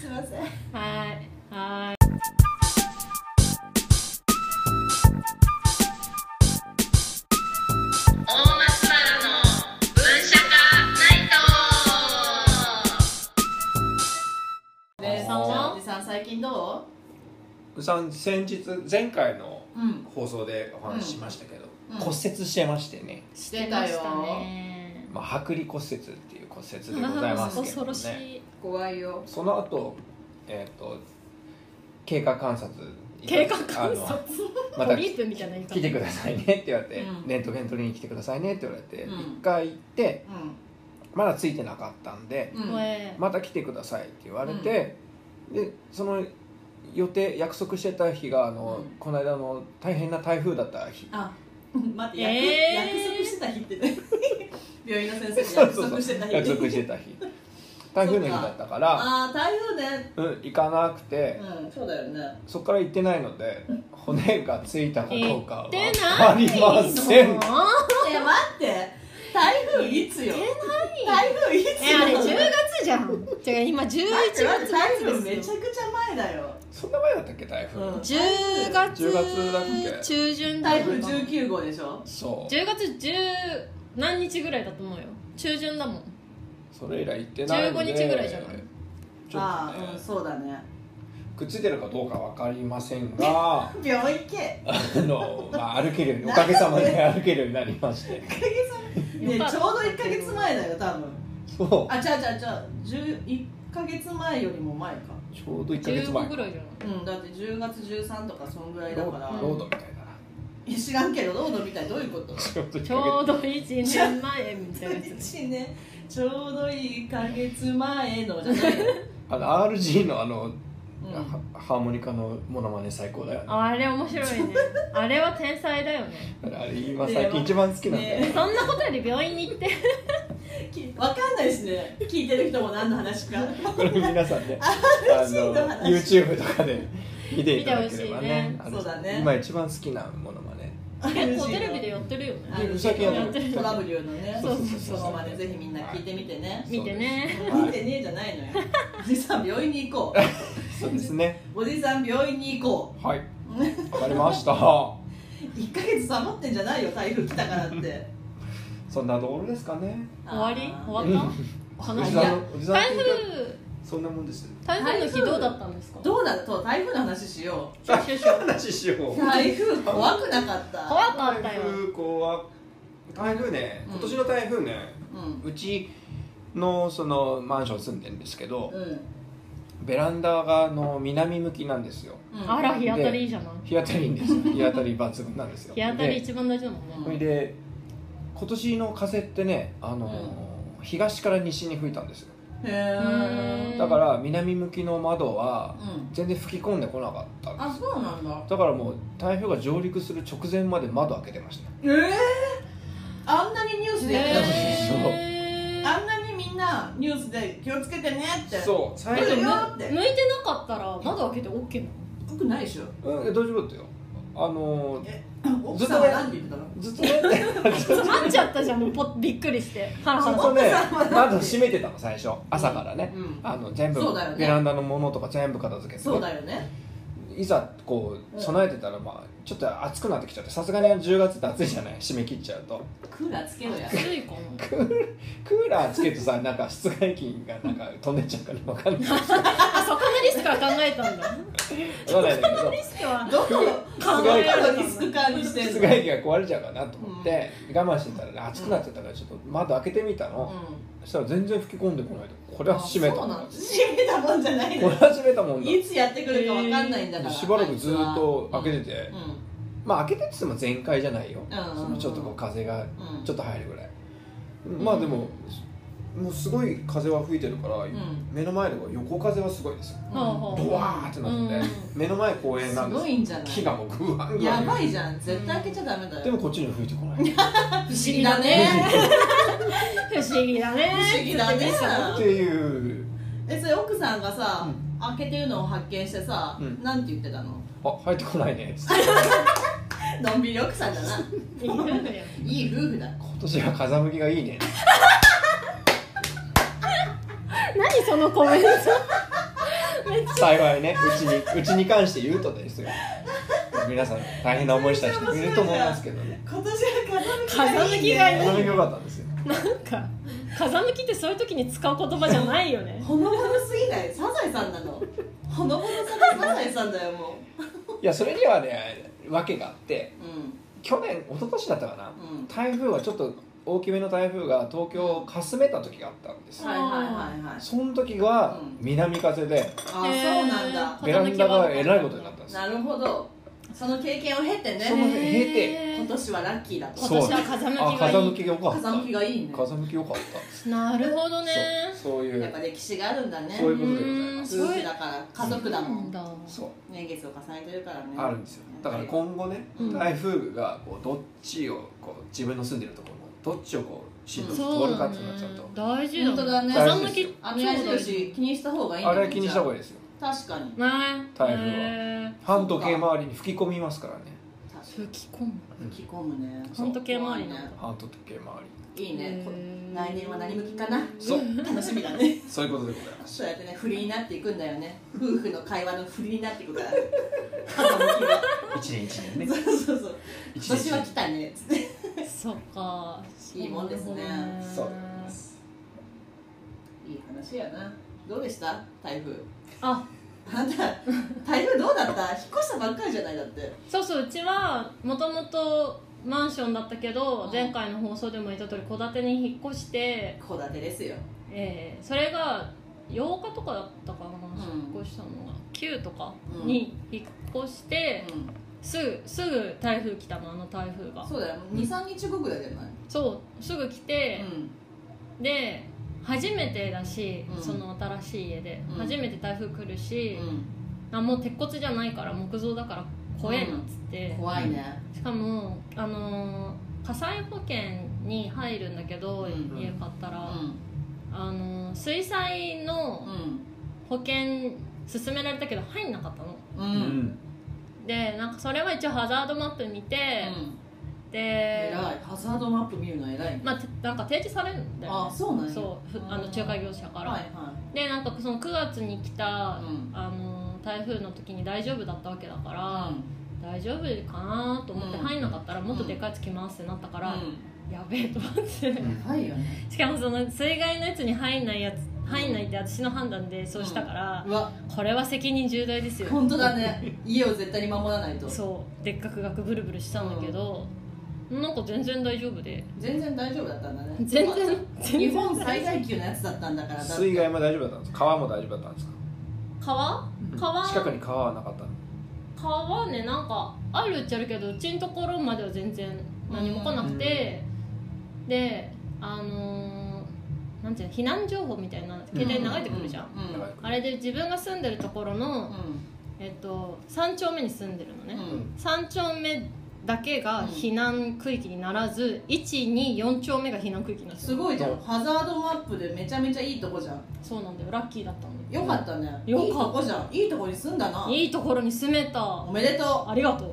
S3: すいませ
S2: ー
S3: ん
S2: いはーい
S4: 大松原の文社化ナイト
S3: おじ
S2: さんは
S3: おじさん最近ど
S1: うさん先日前回の
S3: ううん
S1: 放送でお話ししましたけど、
S3: うん
S1: 骨折してましてね、
S3: してた
S2: 出
S3: よ
S2: ましたね
S1: まあ、剥離骨折っていう骨折でござい
S2: あ
S1: ます
S2: ー
S1: け
S2: 恐
S1: ど
S2: ろし
S1: ね
S2: い
S3: 怖いよ
S1: その後、えっと経過観察
S2: 経過観
S1: あ
S2: 察
S1: のま
S2: ト
S1: た
S2: リープみたいな言い方
S1: 来てくださいねって言われて、
S3: うん
S1: レントゲン取りに来てくださいねって言われて、
S3: うん
S1: 1回行って
S3: う
S1: まだついてなかったんで、
S3: んうん
S2: 怖え
S1: また来てくださいって言われて、でその予定約束してた日があの、
S3: うん
S1: この間の大変な台風だった日
S3: あ待って、約
S2: えー
S3: 約束してた日ってね 病院の先生に
S1: そう
S3: 約
S1: そうそう
S3: 束してた日
S1: 約束してた日台風の日だったから
S3: ああ台風ね
S1: うん、行かなくて、
S3: うんそうだよね
S1: そこから行ってないので骨がついたかどうかは
S2: 出ない
S1: かりません
S2: の
S3: え待って台風いつよ台風いつよ
S2: えあれ10月じゃん違う今11
S3: 待って待っ
S2: 月
S3: て台風め
S2: です
S3: ちゃ
S2: よ
S3: くちゃ前だよ
S1: そんな前だったっけ台風、
S3: うん
S2: 10月
S1: 10月だっけ
S2: 中旬だ
S3: 台
S2: った
S3: 風19号でしょ
S1: そう
S2: 10月10何日ぐらいだと思うよ中旬だもん
S1: それ以来行ってないので
S2: 15日ぐらいじゃない
S1: ちょ
S3: あ
S1: っと
S3: あ
S1: ね
S3: うんそうだね
S1: くっついてるかどうかわかりませんがあ
S3: 病院行け
S1: の、まあ、歩けるようにおかげさまで歩けるようになりまして
S2: よかった
S3: ねちょうど1か月前だよ多分
S1: そ
S3: あ違う違う違う10 1か月前よりも前か
S1: うちょうど1か月前
S2: 15
S1: か
S2: ぐ
S1: ロ
S2: らいじゃない
S3: うんだって10月13とかそんぐらいだから
S1: ーロードみたいだな
S3: いや知らんけどロードみたいどういうこと
S1: ちょうど1
S2: ちょう
S1: か
S2: ど1年前みたいなやつ
S3: 1年ちょうど1か月前のじゃない
S1: 月
S3: の
S1: あの RG のあの、
S3: うん
S1: ハハーモニカのモノマネ最高だよね
S2: あれ面白いねあれは天才だよね
S1: あれ今最近一番好きなんだよ、
S3: ね
S2: そんなことより病院に行って
S3: きわかんないしね聞いてる人も何の話か
S1: これ皆さん ねあ
S3: RG の話
S1: YouTube とかで見ていただければね
S2: 見
S3: ほしいねそうだね
S1: 今一番好きなものまね
S2: 結構テレビでやってるよね
S1: うさぎ
S2: やってる
S3: トラブルのね
S1: そうそうそうそう
S3: こまでぜひみんな聞いてみてね
S2: 見てね
S1: はい
S3: 見てねえじゃないのよおじさん病院に行こう
S1: そうですね
S3: おじさん病院に行こ
S1: はい、
S3: う
S1: わかりました。
S3: 1か月サボってんじゃないよ台風来たからって
S1: そんなところですかね。
S2: 終わり
S3: あー
S2: 終わっ
S1: お
S2: 話
S1: じ
S2: が
S1: さんのおじさんの
S2: 台風
S1: そんなもんです
S2: 台風の日どうだったんですか
S3: どうだと台風の話しよ
S1: 台風の話しよ
S3: う
S1: う
S3: 台風怖くなかった
S2: 怖か
S1: 台
S2: ったよ
S1: 風怖台風ね
S3: うん
S1: 今年の台風ね、
S3: うん
S1: うちのそのマンション住んでるんですけど、
S3: うん、
S1: ベランダがあの南向きなんですよ
S3: うん、
S2: あら日当たりいいじゃない
S1: 日当たりいいんです よ日当たり抜群なんですよ
S2: 日当たり一番大事だもんね
S1: でそれで今年の風ってねあのー、東から西に吹いたんですよ
S3: へえ
S1: だから南向きの窓は
S3: うん
S1: 全然吹き込んでこなかったんです
S3: あそうなんだ
S1: だからもう台風が上陸する直前まで窓開けてました
S3: ええあんなにニュースで言ってたのに、
S2: へー
S3: あんなにみんなニュースで気をつけてねって
S1: そう最
S3: え
S1: 初
S3: で
S1: に
S3: も
S2: 向いてなかったら窓開けて OK なの
S3: よくないでしょ
S1: うんえ大丈夫だったよあのー
S3: え奥さんは何て言ってたの
S1: ずっとねずっと
S2: 待っちゃったじゃんもうポッびっくりしてハラハ
S1: ず
S2: ラ
S1: っ
S2: さ
S1: と ね窓閉めてたの最初朝からね、
S3: うん
S1: あの全部
S3: そうだよね
S1: ベランダのものとか全部片付けて、
S3: そうだよね
S1: いざこう備えてたらまあちょっと暑くなってきちゃってさすがに10月って暑いじゃない締め切っちゃうと
S3: クーラーつけろや
S2: ん暑いかな
S1: クーラーつけてさなんか室外機がなんか飛んでっちゃうから分かんない
S2: あそこのリスクは考えたんだ
S1: 分かんないんだけど
S2: リスクは
S3: どこ
S1: 室
S3: ど
S1: 外
S2: 機
S3: このリスク管理して
S1: 室
S3: んの
S1: 外機が壊れちゃうかなと思って、我慢してたら、ね、暑くなってたからちょっと窓開けてみたの、そしたら全然吹き込んでこないとこれは閉めた
S3: あそ
S1: も
S3: うんな
S1: だ
S3: の閉めたもんじゃない
S1: こ
S3: の
S1: れは閉めたもんだ
S3: いつやってくるかわかんないんだから
S1: しばらくずっと開けてて、
S3: うん
S1: まあ開けてって言っても全開じゃないよ、
S3: うんうんうん
S1: そのちょっとこう風が
S3: うん
S1: ちょっと入るぐらい、まあでももうすごい風は吹いてるから、
S3: ん
S1: 目の前の横風はすごいですよ
S3: うん
S2: ほうほう
S1: ドワーってなってて、目の前公園なんです
S3: すごいんじゃない
S1: 木がもうグワングワ
S3: や
S1: ン
S3: ばいじゃん絶対開けちゃダメだよ
S1: でもこっちには吹いてこ ないっ
S3: 不思議だね
S2: 不思議だね
S3: 不思議だね
S1: ていう
S3: えそれ奥さんがさ、
S1: う
S3: 開けてるのを発見してさ、
S1: うん
S3: なんて言ってたの
S1: あ入ってこないねつって
S3: のんびり奥さんだな
S2: いるんだよ
S3: いい夫婦だ
S1: 今年は風向きがいいね
S2: 何そのコメント
S1: 幸いねうちにうちに関して言うとですよ皆さん大変な思いした人いると思いますけどね
S3: 今年は
S2: 風向きがいい
S1: 風向きが良かったんですよ
S2: なんか風向きってそういう時に使う言葉じゃないよね
S3: ほのぼのすぎないサザエさんなのほのぼのさがサザエさんだよも
S1: いやそれにはね訳があって
S3: うう
S1: 去年一昨年だったかな、
S3: うん
S1: 台風はちょっと大きめの台風が東京をかすめた時があったんです
S3: んはいはいはいはい
S1: その時は
S3: うん
S1: 南風で
S3: あーそうなんだ
S1: ベランダがえらいことになったんですよ
S3: なるほどその経験を経て
S1: その
S3: ね
S1: 辺経て
S3: 今年はラッキーだと
S2: 今年は風向きがいい
S1: あ風向きが良かった
S3: 風向きがいいね
S1: 風向き良かった
S2: なるほどね
S1: そうそうい
S3: やっ
S1: う
S3: ぱ歴史があるんだね
S1: そういうことでございます
S3: 夫婦だから家族だもん
S2: だ
S1: そう
S3: 年月を重ねてるからね
S1: あるんですよだから今後ね、
S2: うん
S1: 台風がこうどっちをこう自分の住んでるところのどっちをこう進路を通るかってなっちゃうと、
S2: 大事
S3: 本当だね
S2: 風向き
S3: 雨矢印気にした方がいいん
S1: あ
S3: だね
S1: れは気にした方がいいですよ
S3: じゃあ確かに
S2: ね
S1: 台風は
S2: へ
S1: 反時計回りに吹き込みますからね
S2: ー吹き込む
S3: 吹き込むね
S1: そう
S2: 反時計回りなんだ
S1: 反時計回
S3: いいねこ
S2: へー
S3: 来年は何向きかな
S1: りそう
S3: 楽しみだね
S1: そういうことでございます
S3: そうやってね振りになっていくんだよね夫婦の会話の振りになってい くから風向きが
S1: 一年一年ね
S3: そうそうそう
S1: 一
S3: 今年は
S1: 年
S3: 来たねつって
S2: そっか
S3: いいもんです
S1: そ
S3: ね
S1: うでございます
S3: いい話やなどうでした台風
S2: あ
S3: あんた台風どうだった引っ越したばっかりじゃないだって
S2: そうそううちはもともとマンションだったけど、
S3: うん
S2: 前回の放送でも言った通り戸建てに引っ越して、
S3: 戸建てですよ
S2: えーそれが8日とかだったかな、
S3: うん
S2: 引っ越したのが9とかに引っ越して、
S3: う
S2: すぐすぐ台風来たのあの台風が
S3: んそうだよ23日後ぐらいじゃない
S2: そうすぐ来て、で初めてだし、
S3: うん
S2: その新しい家で、
S3: うん
S2: 初めて台風来るし、
S3: う
S2: あもう鉄骨じゃないから木造だから怖えなっつって、
S3: ん怖いね
S2: しかも、あのー火災保険に入るんだけど、
S3: うん
S2: 家買った
S3: う
S2: ら、
S3: ん
S2: あのー水災の保険勧められたけど入んなかったの
S3: うんう
S1: うんん
S2: でなんかそれは一応ハザードマップ見て、で、
S3: えらいハザードマップ見るの偉いね
S2: まあ、てなんか提示されるんだよ
S3: あ
S2: ね
S3: そうなんや
S2: そうふ
S3: うん
S2: あの仲介業者から、
S3: はいは
S2: でなんかその9月に来た、
S3: いうん
S2: あのー台風の時に大丈夫だったわけだから、大丈夫かなと思って
S3: うん
S2: 入んなかったらもっとでかいやつ来ますってなったから、
S3: う
S2: やべえと思って
S3: はいよね
S2: しかもその水害のやつに入んないやつ入んないって私の判断でそうしたから、
S3: うわ
S2: これは責任重大ですよ
S3: 本当だね家を絶対に守らないと
S2: そうでっかく額ブルブルしたんだけど、なんか全然大丈夫で
S3: 全然大丈夫だったんだね
S2: 全然全
S3: 日
S2: 然
S3: 本最大級のやつだったんだからだって
S1: 水害も大丈夫だったんですか川も大丈夫だったんですか
S2: 川川
S1: 近くに川はなかったの
S2: 川ねなんかあるっちゃあるけどうちのところまでは全然何も来なくて、であのーなんていうの避難情報みたいな携帯に流れてくるじゃん、
S3: うんうん
S1: だから
S2: あれで自分が住んでるところの、えっと、3丁目に住んでるのね、
S3: うんうん
S2: 3丁目だけが避難区域にならず、124丁目が避難区域になって
S3: すごいじゃんハザードマップでめちゃめちゃいいとこじゃん
S2: そうなんだよラッキーだったんだよ
S3: よかったね
S2: よかった
S3: いいとこじゃんいいとこに住んだない
S2: いところに住めた
S3: おめでとう
S2: ありがとう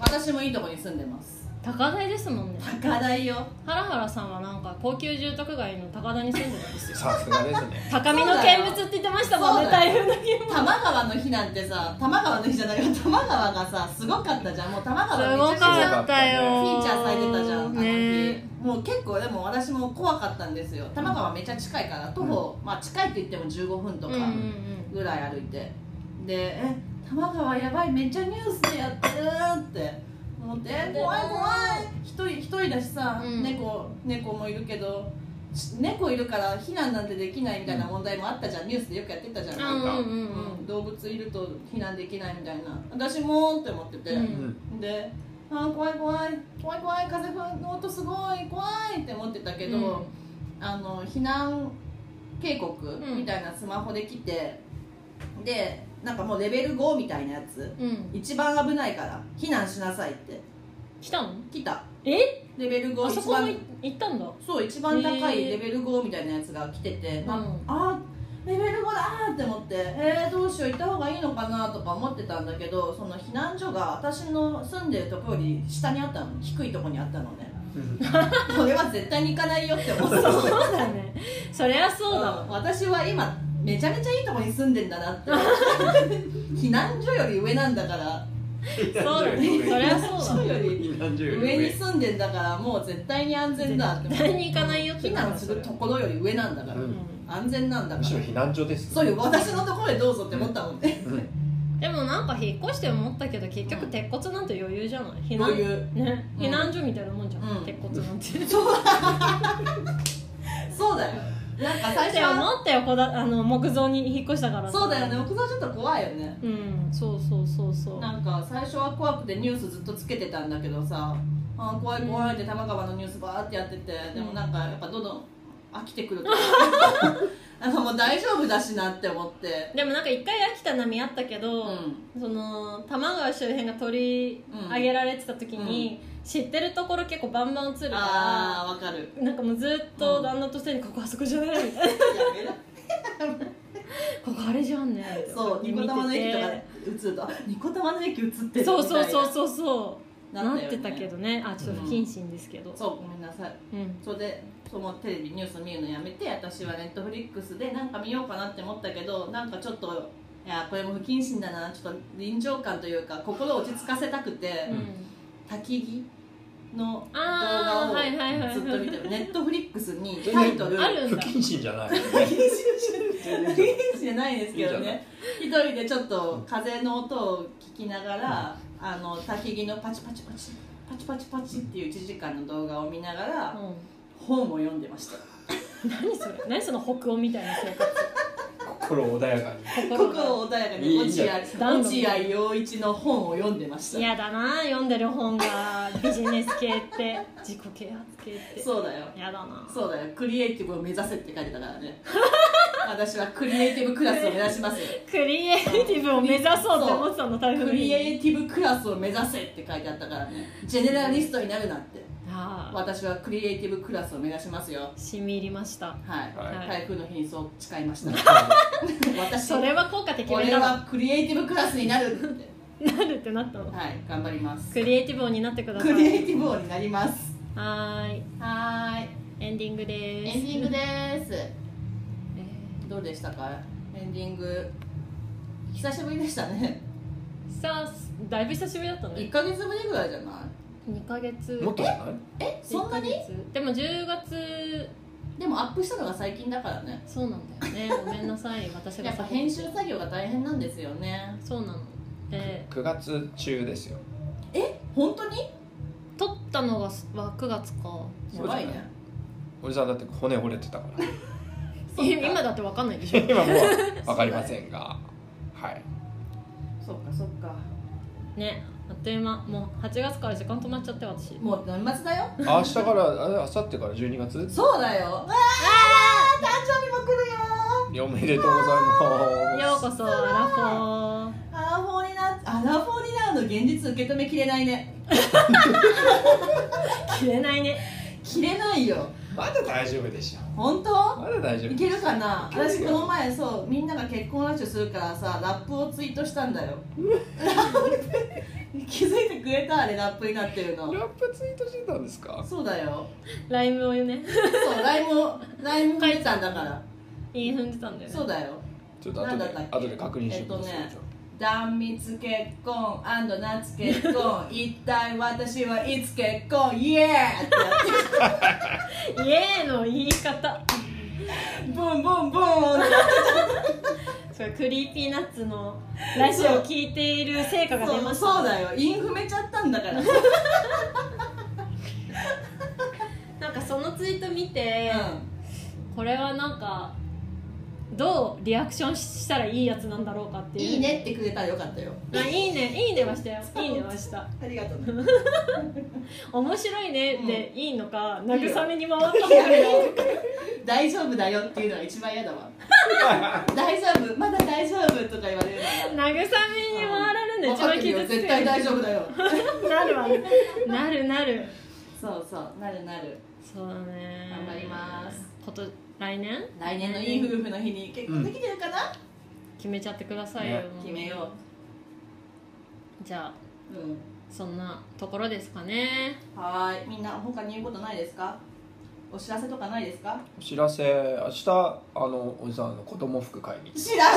S3: 私もいいとこに住んでます
S2: 高台ですもんね
S3: 高台よ
S2: ハラハラさんはなんか高級住宅街の高台に住んでたん ですよ
S1: さすがですね
S2: 高みの見物って言ってましたもんね
S3: そうだ
S2: 台
S3: よ
S2: 風の日
S3: 多摩川の日なんてさ多摩川の日じゃないよ多摩川がさすごかったじゃんもう多摩
S2: す
S3: 川
S2: ご
S3: めちゃめちゃ
S2: かったよ
S3: フィーチャーされてたじゃんあの日、
S2: ね
S3: もう結構でも私も怖かったんですよ多摩川めちゃ近いから徒歩、まあ近いって言っても15分と
S2: うん
S3: か
S2: うん
S3: ぐらい歩いて、でえ多摩川やばいめっちゃニュースでやってるって思ってえ怖い怖い一人一人だしさ、
S2: うん
S3: 猫猫もいるけどし猫いるから避難なんてできないみたいな問題もあったじゃんニュースでよくやってたじゃん、
S2: うんうんうんうん
S3: うん動物いると避難できないみたいな私もって思ってて、
S2: うん
S1: うん
S3: で「あー怖い怖い怖い怖い風の音すごい怖い」って思ってたけど、あの避難警告みたいなスマホで来て、でなんかもうレベル5みたいなやつ
S2: うんうん
S3: 一番危ないから避難しなさいって
S2: 来たの
S3: 来た
S2: え
S3: レベル5
S2: あそ
S3: 一
S2: こも
S3: 番
S2: い行ったんだ
S3: そう一番高い
S2: へー
S3: レベル5みたいなやつが来てて、な
S2: うん
S3: あーレベル5だーって思ってえー、どうしよう行った方がいいのかなとか思ってたんだけどその避難所が私の住んでるとこより下にあったの低いとこにあったのねこれは絶対に行かないよって思ってた
S2: そうだねそりゃそうだわ
S3: 私は今めちゃめちゃいいとこに住んでんだなって 避難所より上なんだから
S1: そう
S2: そうだねそりゃそうだ
S3: 避難所
S2: わ
S3: より
S1: 何十
S3: 上に住んでんだからもう絶対に安全だって
S2: 絶対に行かないよって
S3: 避難するところより上なんだから、
S1: うん
S3: 安全なんだ
S1: む
S3: か
S1: しろ
S3: ら
S1: 避難所です
S3: そうよ私のところでどうぞって思ったもんね
S1: うん
S2: でもなんか引っ越して思ったけど結局鉄骨なんて余裕じゃない避難
S3: 余裕
S2: ね
S3: うん
S2: 避難所みたいなもんじゃん、
S3: うん
S2: 鉄骨なんてっ
S3: そうだよなんか最初
S2: て思
S3: は
S2: ったよこだあの木造に引っ越したから
S3: そうだよね木造ちょっと怖いよね
S2: うんそうそうそうそう
S3: なんか最初は怖くてニュースずっとつけてたんだけどさあー怖い怖いって玉川のニュースバーってやっててでもなんかやっぱどんどん飽きてくる というかなんかもう大丈夫だしなって思って
S2: でもなんか一回秋田波あったけ
S3: う
S2: ど、
S3: ん
S2: その多摩川周辺が取り上げられてた時に、知ってるところ結構バンバン映るか
S3: ああわかる
S2: らなんかもうずっ
S3: う
S2: と
S3: ん
S2: 旦那としてに「ここあそこじゃない」みたいな 「ここあれじゃんね」って
S3: そうニコ玉の駅とか
S2: 見て
S3: 映るとあニコ玉の駅映って
S2: て
S3: る
S2: そうそうそう
S3: う
S2: そうそう
S3: な
S2: な
S3: っ
S2: った
S3: よね
S2: てたけどねあちょっと不謹慎ですけど、
S3: そうごめんなさい
S2: うん
S3: それでそのテレビニュース見るのやめて私はネットフリックスでなんか見ようかなって思ったけどなんかちょっといやこれも不謹慎だなちょっと臨場感というか心を落ち着かせたくて、
S2: うん
S3: 焚き木の動画
S2: あー
S3: を
S2: はいはいはい
S3: ずっと見てるネットフリックスにタイトル
S2: あるん
S1: 不
S2: だ
S1: 謹慎じゃない
S3: 不謹慎不謹慎じゃないですけどね一人でちょっと風の音を聞きながら、あの焚き木のパチパチパチパチパチパチっていう1時間の動画を見ながら、
S2: うん
S3: 本を読んでました
S2: 何それ何その北欧みたいな生活
S1: 心穏やかに
S3: 心を穏やかに
S1: いいじ
S3: 落
S1: ゃん
S3: 合落合陽一の本を読んでました
S2: 嫌だな読んでる本 がビジネス系って自己啓発系って
S3: そうだよ
S2: 嫌だな
S3: そうだよクリエイティブを目指せって書いてたから ね私はクリエイティブクラスを目指しますよ
S2: クリエイティブを目指そうって思ってたの台風
S3: ク
S2: の日
S3: リエ
S2: に
S3: イティブクラスを目指せって書いてあったからねジェネラリストになるなって
S2: あ
S3: 私はクリエイティブクラスを目指しますよ
S2: あ染み入りました
S3: はい、
S1: はい
S3: 台風の日にそう誓いました私
S2: それは効果的め
S3: 俺
S2: だな
S3: はクリエイティブクラスになるっ て
S2: なるってなったの
S3: はい頑張ります
S2: クリエイティブを担ってくださ
S3: クリエ
S2: い
S3: イティブ王になります
S2: はーい
S3: はーい
S2: エンディングです
S3: エンディングです。どうでしたか？エンディング久しぶりでしたね。
S2: さあだいぶ久しぶりだった
S3: 一
S2: ね
S3: ヶ月ぶりぐらいじゃない？
S2: 2ヶ月
S1: もっとじゃない
S3: えそんなに
S2: 一ヶ月でも10月
S3: でもアップしたのが最近だからね
S2: そうなんだよ ねごめんなさい私が
S3: やっぱ編集作業が大変なんですよね
S2: そうなので
S1: 9月中ですよ
S3: 本当に
S2: 撮ったのがは9月か
S3: や
S1: そうじゃな
S3: ば
S1: い
S3: いね
S1: おじさんだって骨折れてたから
S3: そうか
S2: 今だって分かんないでしょ
S1: 今もう分かりませんがはい
S3: そっかそっか
S2: ねあっという間もう8月から時間止まっちゃって私
S3: もう年末だよ
S1: 明日からあれ明後日から12月
S3: そうだよわあ誕生日も来るよ
S1: おめでとうございます
S2: ようこそアラフォー
S3: アラフォーになアラフォーになるの現実受け止めきれないね
S2: 切れないね
S3: 切れないよ
S1: まだ大丈夫でし
S3: 本当
S1: ょまだ大丈夫
S3: いけるかない
S1: けるよ
S3: 私この前そうみんなが結婚ラッシュするからさラップをツイートしたんだよ気づいてくれたあれラップになってるの
S1: ラップツイートしてたんですか
S3: そうだよ
S2: ライブをね
S3: そうライブをライブ書いたんだから
S2: 言い踏んでたんだよね
S3: そうだよ
S1: ちょっと後
S3: な
S1: で
S3: んだったっけ
S1: 後で確認してみます、
S3: えっとね断蜜結婚夏結婚一体私はいつ結婚イエーってや
S2: イエーの言い方
S3: ってブンブンブンって
S2: それクリーピーナッツのラジオを聞いている成果が出
S3: そ
S2: ま
S3: う
S2: した
S3: そうだよインフめちゃったんだから
S2: なんかそのツイート見て、
S3: う
S2: これはなんかどうリアクションしたらいいやつなんだろうかって
S3: ん、
S2: いう
S3: いいねってくれたらよかったよ
S2: あいいねいいねはしたよいいねはした
S3: ありがとうね
S2: 面白いねっていいのか、慰めに回った方
S3: や
S2: が
S3: め
S2: いい
S3: ろ大丈夫だよっていうのが一番嫌だわ大丈夫まだ大丈夫とか言われる
S2: 慰めに回られるの一番傷つく
S3: 絶対大丈夫だよ
S2: なる わなるなる
S3: そうそうなるなる
S2: そうだね
S3: 頑張ります
S2: こと来年
S3: 来年のいい夫婦の日に結婚できてるかな、
S2: 決めちゃってくださいよ、
S1: ね
S2: もう
S3: 決めよ
S2: じゃあ
S3: ううん
S2: そんなところですかね
S3: はーいみんな他に言うことないですかお知らせとかないですか
S1: お知らせ明日あのおじさんの子供服買いに
S3: 知らん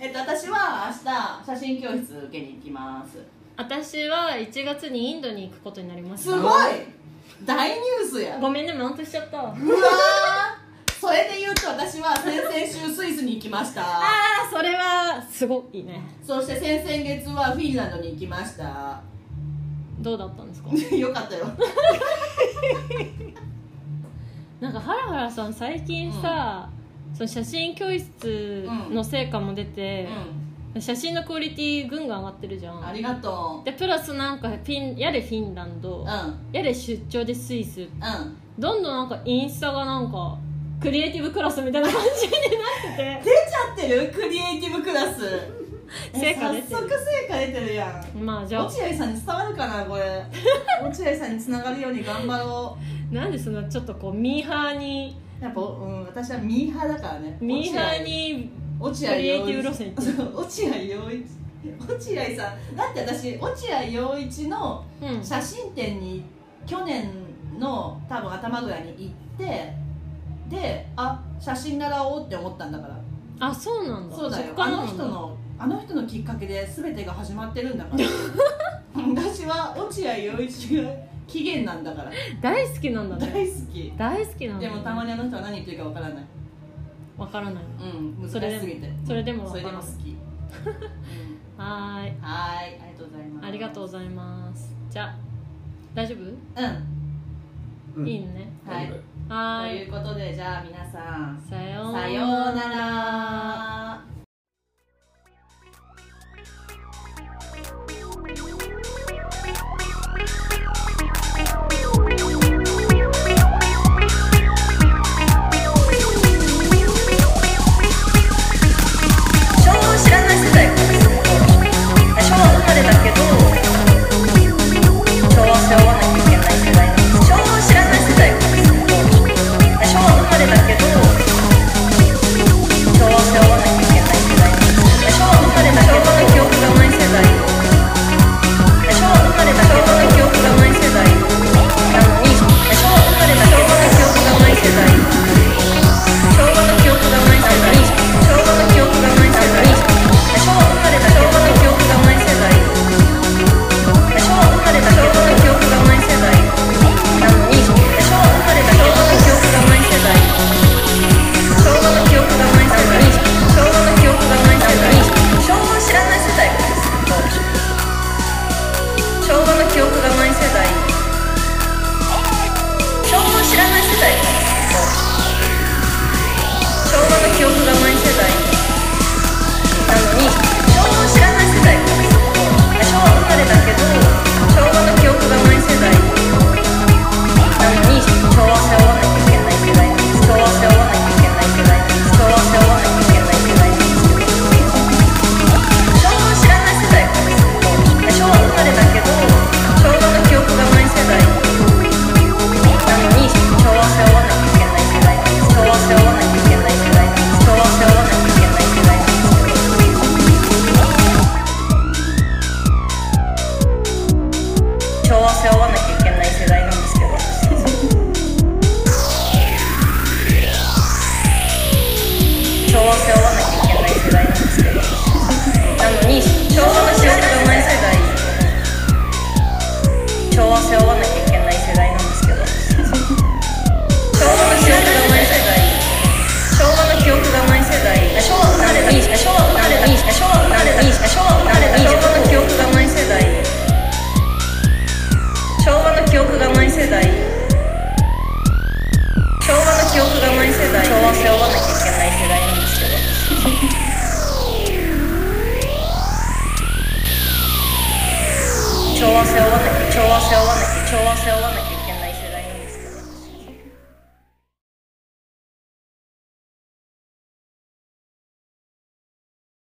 S3: えっと私は明日写真教室受けに行きます
S2: 私は1月にインドに行くことになりまし
S3: す
S2: た
S3: ごい大ニュースやうわ
S2: ごめんねマウントしちゃったあ
S3: ーそれで言うと私は先々週スイスに行きました
S2: あそれはすごいね
S3: そして先々月はフィンランドに行きました
S2: どうだったんですか
S3: よかったよ
S2: なんかハラハラさん最近さ、その写真教室の成果も出て、
S3: う
S2: 写真のクオリティぐんぐん上がってるじゃ
S3: んあ
S2: ん
S3: りがと
S2: でプラスなんかフィンやれフィンラン
S3: う
S2: ド
S3: うん
S2: やれ出張でスイス
S3: うん
S2: どんどんなんかインスタがなんかクリエイティブクラスみたいな感じになって
S3: 出ちゃってるクリエイティブクラス
S2: 成果
S3: え
S2: 出てる
S3: 早速成果出てるやん
S2: てまあじ
S3: 落
S2: ゃ
S3: 合さんに伝わるかな これ落合さんにつながるように頑張ろう
S2: あなんでそのちょっとこうミーハーに
S3: やっぱ、うん、私はミーハーだからね
S2: ミーハーに
S3: 落合
S2: クリエイティブ
S3: 陽
S2: 路線
S3: 一そう落合陽一落合さんだって私落合陽一の
S2: うん
S3: 写真展に去年の多分頭ぐらいに行ってであ写真習おうって思ったんだから
S2: あそうなんだ
S3: そうだよ
S2: っか
S3: あ
S2: ら
S3: の人のあの人のきっかけで全てが始まってるんだ から私は落合陽一が起源なんだから
S2: 大好きなんだ ね
S3: 大好き
S2: 大好きなんだ
S3: で
S2: ね
S3: もたまにあの人は何言ってるかわからない
S2: わからない
S3: うん
S2: それでも
S3: 難しすぎて
S2: それでもわ
S3: そ
S2: か
S3: れで
S2: ら
S3: も
S2: ない
S3: 好き う
S2: は
S3: ん
S2: ーい
S3: はーいありがとうございます
S2: ありがとうございますじゃあ大丈夫、
S3: うん
S1: うん
S2: いいのね
S3: は
S1: 大丈
S3: いと
S2: はー
S3: い
S2: いう
S3: ことでじゃあ皆さん
S2: さよう
S3: さようなら
S5: 昭和を知らない世代昭和生まれだけど昭和昭和なきゃいけない世代昭和を知らない世代昭和生まれだけど昭和昭和なきゃいけない世代背負わなきゃいけない世代なんですけど調和背負わなきゃ調和背負わなきゃ調和背負わなきゃ